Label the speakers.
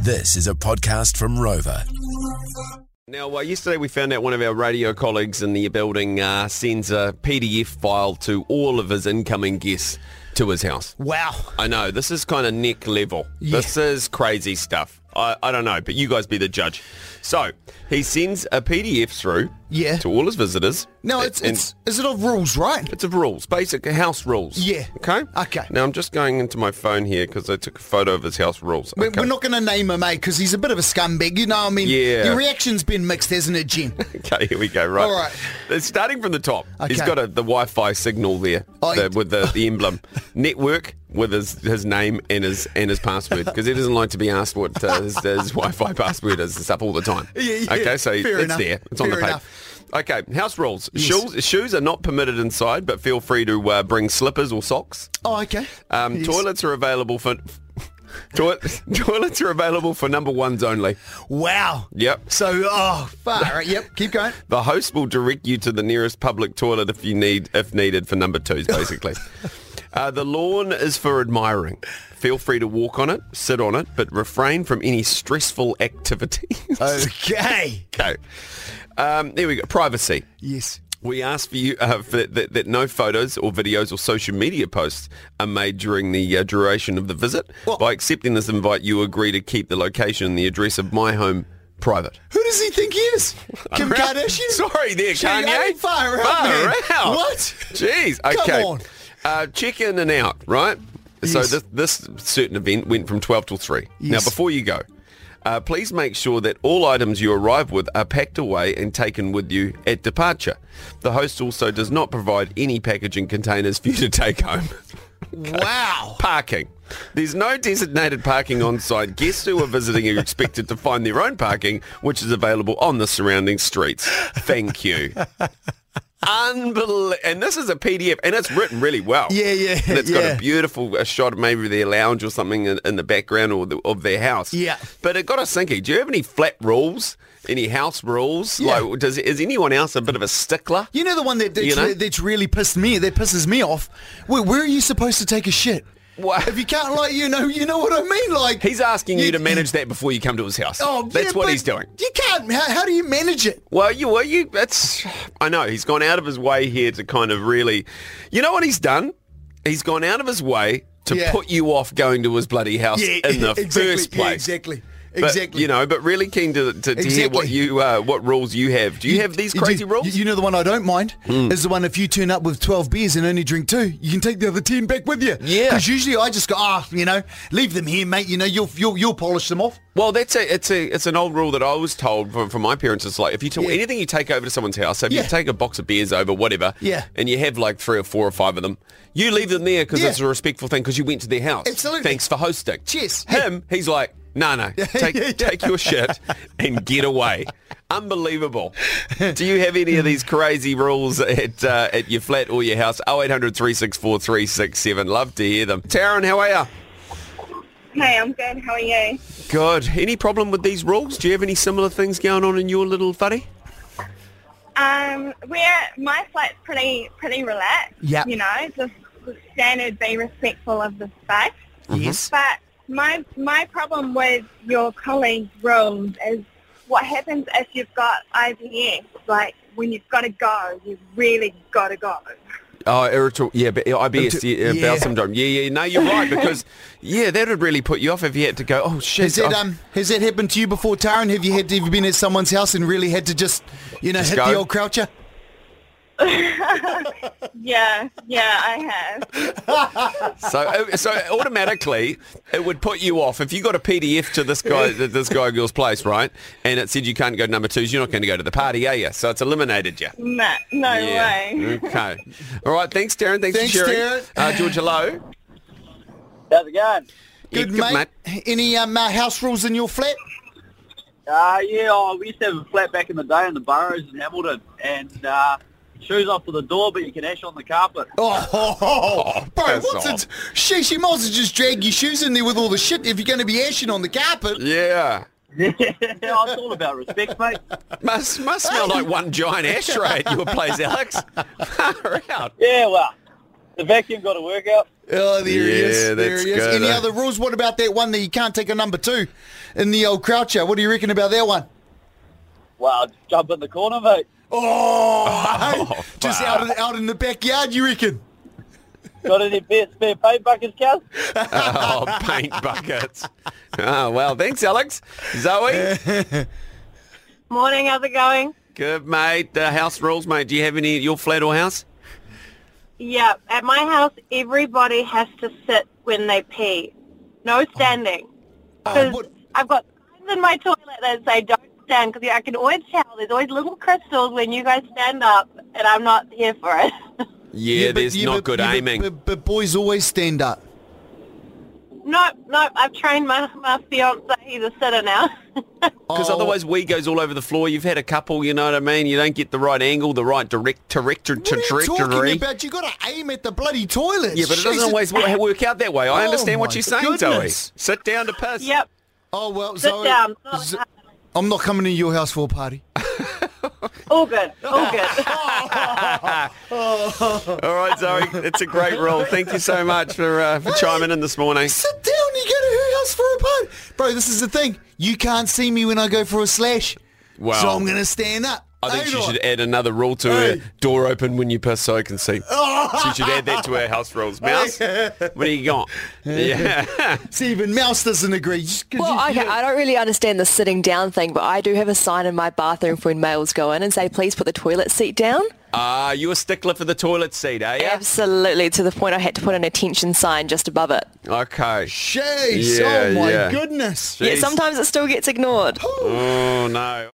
Speaker 1: This is a podcast from Rover.
Speaker 2: Now, uh, yesterday we found out one of our radio colleagues in the building uh, sends a PDF file to all of his incoming guests to his house.
Speaker 3: Wow.
Speaker 2: I know, this is kind of neck level. This is crazy stuff. I, I don't know, but you guys be the judge. So, he sends a PDF through
Speaker 3: Yeah.
Speaker 2: to all his visitors.
Speaker 3: No,
Speaker 2: A-
Speaker 3: it's,
Speaker 2: and-
Speaker 3: it's is it of rules, right?
Speaker 2: It's of rules, basic house rules.
Speaker 3: Yeah.
Speaker 2: Okay?
Speaker 3: Okay.
Speaker 2: Now, I'm just going into my phone here because I took a photo of his house rules.
Speaker 3: We're,
Speaker 2: Okay.
Speaker 3: we're not going to name him, eh? Because he's a bit of a scumbag. You know, I mean,
Speaker 2: Yeah.
Speaker 3: your reaction's been mixed, hasn't it, Jim?
Speaker 2: Okay, here we go. Right.
Speaker 3: All right.
Speaker 2: It's starting from the top. He's
Speaker 3: Okay.
Speaker 2: got a, the Wi-Fi signal there
Speaker 3: Oh,
Speaker 2: the-
Speaker 3: he-
Speaker 2: with the, the emblem. Network with his, his name and his and his password because he doesn't like to be asked what uh, his, his Wi-Fi password is. It's up all the time.
Speaker 3: Yeah, yeah.
Speaker 2: Okay, so
Speaker 3: Fair
Speaker 2: it's
Speaker 3: enough.
Speaker 2: there. It's on
Speaker 3: Fair
Speaker 2: the page.
Speaker 3: enough.
Speaker 2: Okay, house rules.
Speaker 3: Yes.
Speaker 2: Shoes, shoes are not permitted inside, but feel free to uh, bring slippers or socks.
Speaker 3: oh, okay.
Speaker 2: Um,
Speaker 3: Yes.
Speaker 2: Toilets are available for... Toilet, toilets are available for number ones only.
Speaker 3: Wow.
Speaker 2: Yep.
Speaker 3: So, oh, far. right, yep. Keep going.
Speaker 2: The host will direct you to the nearest public toilet if you need, if needed, for number twos, basically. uh, the lawn is for admiring. Feel free to walk on it, sit on it, but refrain from any stressful activities.
Speaker 3: Oh. Okay.
Speaker 2: okay. Um, there we go. Privacy.
Speaker 3: yes.
Speaker 2: We ask for you uh, for that, that no photos or videos or social media posts are made during the uh, duration of the visit.
Speaker 3: Well-
Speaker 2: By accepting this invite, you agree to keep the location and the address of my home private.
Speaker 3: Who does he think he is? Kim Kardashian?
Speaker 2: Sorry there,
Speaker 3: Gee,
Speaker 2: Kanye.
Speaker 3: I ain't far out,
Speaker 2: Far
Speaker 3: man.
Speaker 2: out.
Speaker 3: What?
Speaker 2: Jeez.
Speaker 3: Come
Speaker 2: Okay.
Speaker 3: on.
Speaker 2: Uh, check in and out, right? So
Speaker 3: Yes.
Speaker 2: this, this certain event went from 12 till 3. Now,
Speaker 3: Yes.
Speaker 2: before you go, uh, please make sure that all items you arrive with are packed away and taken with you at departure. The host also does not provide any packaging containers for you to take home.
Speaker 3: Wow.
Speaker 2: Parking. There's no designated parking on site. Guests who are visiting are expected to find their own parking, which is available on the surrounding streets. Thank you. Unbelievable. And this is a PDF, and it's written really well.
Speaker 3: Yeah, yeah,
Speaker 2: And it's got
Speaker 3: yeah.
Speaker 2: a beautiful uh shot of maybe their lounge or something in, in the background or the, of their house.
Speaker 3: Yeah.
Speaker 2: But it got us thinking, do you have any flat rules? Any house rules?
Speaker 3: Yeah.
Speaker 2: Like, does, is anyone else a bit of a stickler?
Speaker 3: You know the one that that's,
Speaker 2: You know?
Speaker 3: that's really pissed me, that pisses me off? Where, where are you supposed to take a shit?
Speaker 2: What?
Speaker 3: If you can't, like, you know, you know what I mean? Like,
Speaker 2: He's asking you, to manage that before you come to his house.
Speaker 3: Oh,
Speaker 2: That's
Speaker 3: yeah,
Speaker 2: what
Speaker 3: but
Speaker 2: he's doing.
Speaker 3: You can't. How, how do you manage it?
Speaker 2: Well, you, well, you. That's. I know he's gone out of his way here to kind of really. You know what he's done? He's gone out of his way to
Speaker 3: Yeah.
Speaker 2: put you off going to his bloody house in the
Speaker 3: exactly,
Speaker 2: first
Speaker 3: yeah,
Speaker 2: place.
Speaker 3: exactly.
Speaker 2: But,
Speaker 3: Exactly.
Speaker 2: you know, but really keen to, to, to hear what
Speaker 3: Exactly.
Speaker 2: you uh, what rules you have. Do you, have these
Speaker 3: do-
Speaker 2: crazy rules? Hmm.
Speaker 3: You, you know the one I don't mind is the one if you turn up with 12 beers and only drink two, you can take the other 10 back with you.
Speaker 2: Yeah.
Speaker 3: Because usually I just go, ah, you know, leave them here, mate. You know, you'll you'll, you'll polish them off.
Speaker 2: Well, that's a it's a it's an old rule that I was told from, from my parents. It's like if you took
Speaker 3: Yeah.
Speaker 2: anything you take over to someone's house, so if
Speaker 3: Yeah.
Speaker 2: you take a box of beers over, whatever,
Speaker 3: Yeah.
Speaker 2: and you have like three or four or five of them, you leave them there because
Speaker 3: Yeah.
Speaker 2: it's a respectful thing because you went to their house.
Speaker 3: Absolutely.
Speaker 2: Thanks for hosting.
Speaker 3: Cheers.
Speaker 2: Him, he's like, no, no, take
Speaker 3: yeah, yeah.
Speaker 2: take your shit and get away. Unbelievable. Do you have any of these crazy rules at uh, at your flat or your house? 0800 364 367. Love to hear them. Taryn, how are you?
Speaker 4: Hey, I'm good. How are you?
Speaker 2: Good. Any problem with these rules? Do you have any similar things going on in your little fuddy?
Speaker 4: Um, we're my flat's pretty pretty relaxed.
Speaker 3: Yep.
Speaker 4: You know, just the standard be respectful of the space.
Speaker 3: Yes.
Speaker 4: But my my problem with your colleague's rules is what happens if you've got IBS. Like when you've got to go, you've really got to go.
Speaker 2: Oh, irritable. Yeah, but IBS, yeah, uh,
Speaker 3: Yeah.
Speaker 2: bowel syndrome. Yeah, yeah. No, you're right because yeah, that would really put you off if you had to go. Oh shit.
Speaker 3: Has that,
Speaker 2: I've-
Speaker 3: um, has that happened to you before, Taryn? Have you had to, have you been at someone's house and really had to just, you know, hit
Speaker 2: go.
Speaker 3: the old croucher?
Speaker 4: Yeah, yeah, I have.
Speaker 2: So, uh, so automatically it would put you off if you got a PDF to this guy, th- this guy or girl's place, right? And it said you can't go to number twos. You're not going to go to the party, are you? So it's eliminated you.
Speaker 4: No, no way.
Speaker 2: Okay. All right. Thanks, Darren. Thanks,
Speaker 3: Thanks,
Speaker 2: for sharing.
Speaker 3: Darren.
Speaker 2: Uh, George, hello.
Speaker 5: How's it going?
Speaker 2: Yeah,
Speaker 3: Good, mate. Any um, uh, house rules in your flat?
Speaker 5: Uh, yeah, oh, we used to have a flat back in the day in the Burrows in Hamilton, and uh, shoes off to the door, but you can ash on the carpet.
Speaker 3: Oh, ho, ho, ho. bro,
Speaker 2: piss
Speaker 3: what's
Speaker 2: off.
Speaker 3: it? Sheesh, you might as well just drag your shoes in there with all the shit if you're going to be ashing on the carpet.
Speaker 2: Yeah.
Speaker 5: yeah, it's all about respect, mate.
Speaker 2: Must must smell like one giant ashtray at your place, Alex. Far out.
Speaker 5: Yeah, well, The vacuum got to work out.
Speaker 3: Oh, there he is.
Speaker 2: Yeah,
Speaker 3: there
Speaker 2: that's
Speaker 3: he is.
Speaker 2: good,
Speaker 3: Any
Speaker 2: eh?
Speaker 3: other rules? What about that one that you can't take a number two in the old croucher? What do you reckon about that one?
Speaker 5: Wow, jump in the corner, mate.
Speaker 3: Oh,
Speaker 2: Oh,
Speaker 3: just
Speaker 2: fuck.
Speaker 3: out in, out in the backyard, you reckon?
Speaker 5: Got any spare, spare paint buckets, Cal?
Speaker 2: Oh, paint buckets. Oh, well, thanks, Alex. Zoe,
Speaker 4: Morning, how's it going?
Speaker 2: good, mate. The house rules, mate. Do you have any at your flat or house?
Speaker 4: Yeah, at my house, everybody has to sit when they pee. No standing. Because
Speaker 3: what-
Speaker 4: I've got signs in my toilet that say don't stand because I can always tell there's always little crystals when you guys stand up and I'm not here for it.
Speaker 2: Yeah,
Speaker 3: but-
Speaker 2: there's
Speaker 3: yeah,
Speaker 2: not
Speaker 3: but-
Speaker 2: good
Speaker 3: yeah, but-
Speaker 2: aiming.
Speaker 3: But, but boys always stand up.
Speaker 4: no, no, I've trained my, my fiance. He's a sitter now.
Speaker 2: Because
Speaker 3: Oh,
Speaker 2: otherwise, we goes all over the floor. You've had a couple, you know what I mean. You don't get the right angle, the right direct director
Speaker 3: what are you
Speaker 2: trajectory.
Speaker 3: talking about? You got to aim at the bloody toilet.
Speaker 2: Yeah, but it
Speaker 3: Jesus.
Speaker 2: doesn't always wo- work out that way. I
Speaker 3: Oh
Speaker 2: understand
Speaker 3: my
Speaker 2: what you're saying,
Speaker 3: goodness.
Speaker 2: Zoe. Sit down to piss.
Speaker 4: yep,
Speaker 3: Oh well,
Speaker 4: sit
Speaker 3: Zoe,
Speaker 4: down. It's not
Speaker 3: Z-
Speaker 4: hard.
Speaker 3: I'm not coming to your house for a party.
Speaker 4: All good, all good.
Speaker 2: All right, Zoe. It's a great rule. Thank you so much for uh, for chiming in this morning.
Speaker 3: Sit down. You go to her house for a party, bro. This is the thing. You can't see me when I go for a slash.
Speaker 2: Wow.
Speaker 3: so I'm gonna stand up.
Speaker 2: I think
Speaker 3: Ain't
Speaker 2: she should add another rule to
Speaker 3: Hey.
Speaker 2: her door open when you piss so I can see. She should add that to her house rules. Mouse, what do you got? Yeah.
Speaker 3: See, even Mouse doesn't agree. Just 'cause
Speaker 6: Well,
Speaker 3: you-
Speaker 6: okay,
Speaker 3: you-
Speaker 6: I don't really understand the sitting down thing, but I do have a sign in my bathroom for when males go in and say, please put the toilet seat down.
Speaker 2: Ah, you a stickler for the toilet seat, are you?
Speaker 6: Absolutely, to the point I had to put an attention sign just above it.
Speaker 2: Okay.
Speaker 3: Jeez,
Speaker 2: Yeah,
Speaker 3: oh my
Speaker 2: yeah.
Speaker 3: goodness.
Speaker 6: Yet
Speaker 2: Jeez.
Speaker 6: sometimes it still gets ignored.
Speaker 2: Oh, no.